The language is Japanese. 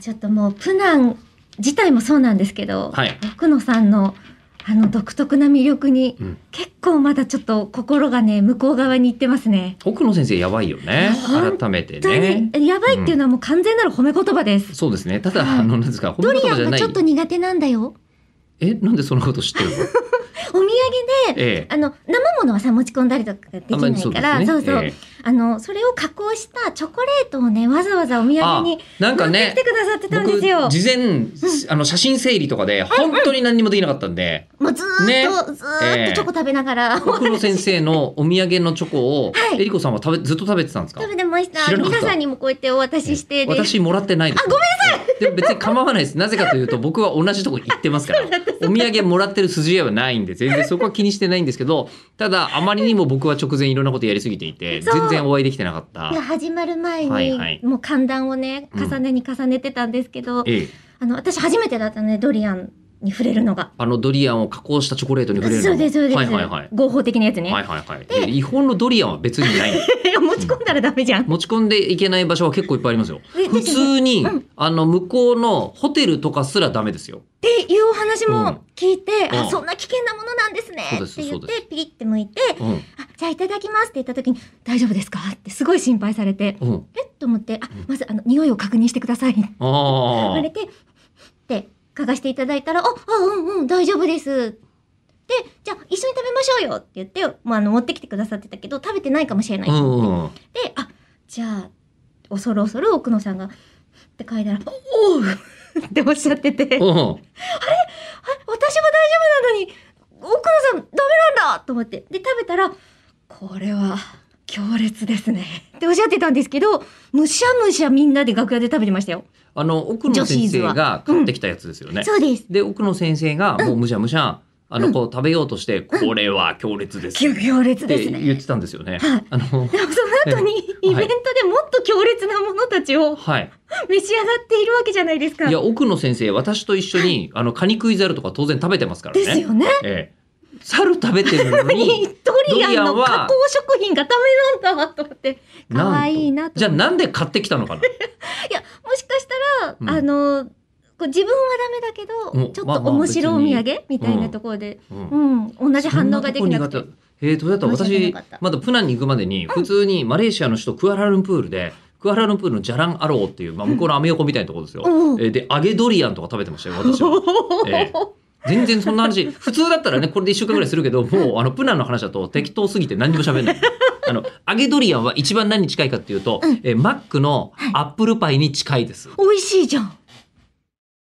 ちょっともうプナン自体もそうなんですけど、はい奥野さんのあの独特な魅力に、うん結構まだちょっと心がね向こう側に行ってますね。奥野先生やばいよね本改めて本当ねにえやばいっていうのはもう完全なる褒め言葉です。そうですねただはいあのなんですか褒ドめリ言ア葉じンがゃないちょっと苦手なんだよ。えなんでそんなこと知ってるおの土産でええあの生ものはさ持ち込んだりとかできあんまなりいから、そうそう、ええあのそれを加工したチョコレートをねわざわざお土産あになんか持っねてきてくださってたん僕ですよ。事前、あの写真整理とかで本当に何にもできなかったんで、もうずーっと、ねずーっえとえチョコ食べながら、奥野先生のお土産のチョコはを、いえりこさんは食べずっと食べてたんですか食べてました知らなかった皆さんにもこうやってお渡ししてで私もらってないですあごめんなさいでも別に構わないですなぜかというと僕は同じとこ行っ てますからお土産もらってる筋合いはないんで全然そこは気にしてないんですけどただあまりにも僕は直前いろんなことやりすぎていてそう全然お会いできてなかったいや始まる前に、はいはいもう寒暖をねうん重ねに重ねてたんですけど、ええあの私初めてだったのねドリアンに触れるのが。あのドリアンを加工したチョコレートに触れるのそうですそうです、はいはいはい合法的なやつね、はいはいはいで違法のドリアンは別にないんです 持ち込んだらダメじゃん、持ち込んでいけない場所は結構いっぱいありますよえ普通に、あの向こうのホテルとかすらダメですよっていうお話うもん聞いて、うあんそんな危険なものなんですねそうっですて言っそうでてピリって向いてうんあじゃあいただきますって言った時に大丈夫ですかってすごい心配されてうんえっと思ってあうんまずあの匂いを確認してください言あわあれて、って嗅がしていただいたら、あ、あ、うんうん、大丈夫です。で、じゃあ一緒に食べましょうよって言って、まあ、あの、持ってきてくださってたけど、食べてないかもしれない。うんうんで、あ、じゃあ、恐る恐る奥野さんが、って嗅いだら、おおうっておっしゃってて、あ私もうん大丈夫なのに、奥野さんダメなんだと思って。で、食べたら、これは、強烈ですね。っておっしゃってたんですけど、むしゃむしゃみんなで楽屋で食べてましたよ。あの奥野先生が買ってきたやつですよね。そうです。で奥野先生がもうむしゃむしゃ、あのこう食べようとして、これは強烈ですっ強烈でてすね。言ってたんですよね。はいあのでもその後にええイベントでもっと強烈なものたちをはい、召し上がっているわけじゃないですか。いや奥野先生私と一緒にあのカニクイザルとか当然食べてますからでね。すよね。ええ、猿食べてるの ににドリアンのドリアンは加工食品がダメなんだと思って。なんと可愛いなとじゃあなんで買ってきたのかな。いや、もしかしたら、うんあの、こう自分はダメだけど、うんちょっまあとまあ面白お土産みたいうなんところで、うんうん、同じ反応ができなくそんてとこ。苦手えー、どうやったら申し訳私なかったまだプナンに行くまでに普通にマレーシアの首都クアラルンプールでクアラルンプールのジャランアローっていう、まあ、向こうのアメ横みたいなところですよ、うんえーで揚げドリアンとか食べてましたよ私はええ全然そんな話普通だったらねこれで1週間ぐらいするけどもうあのプナンの話だと適当すぎて何にも喋んないあの揚げドリアンは一番何に近いかっていうと、えーマックのアップルパイに近いです、 美味しいじゃん。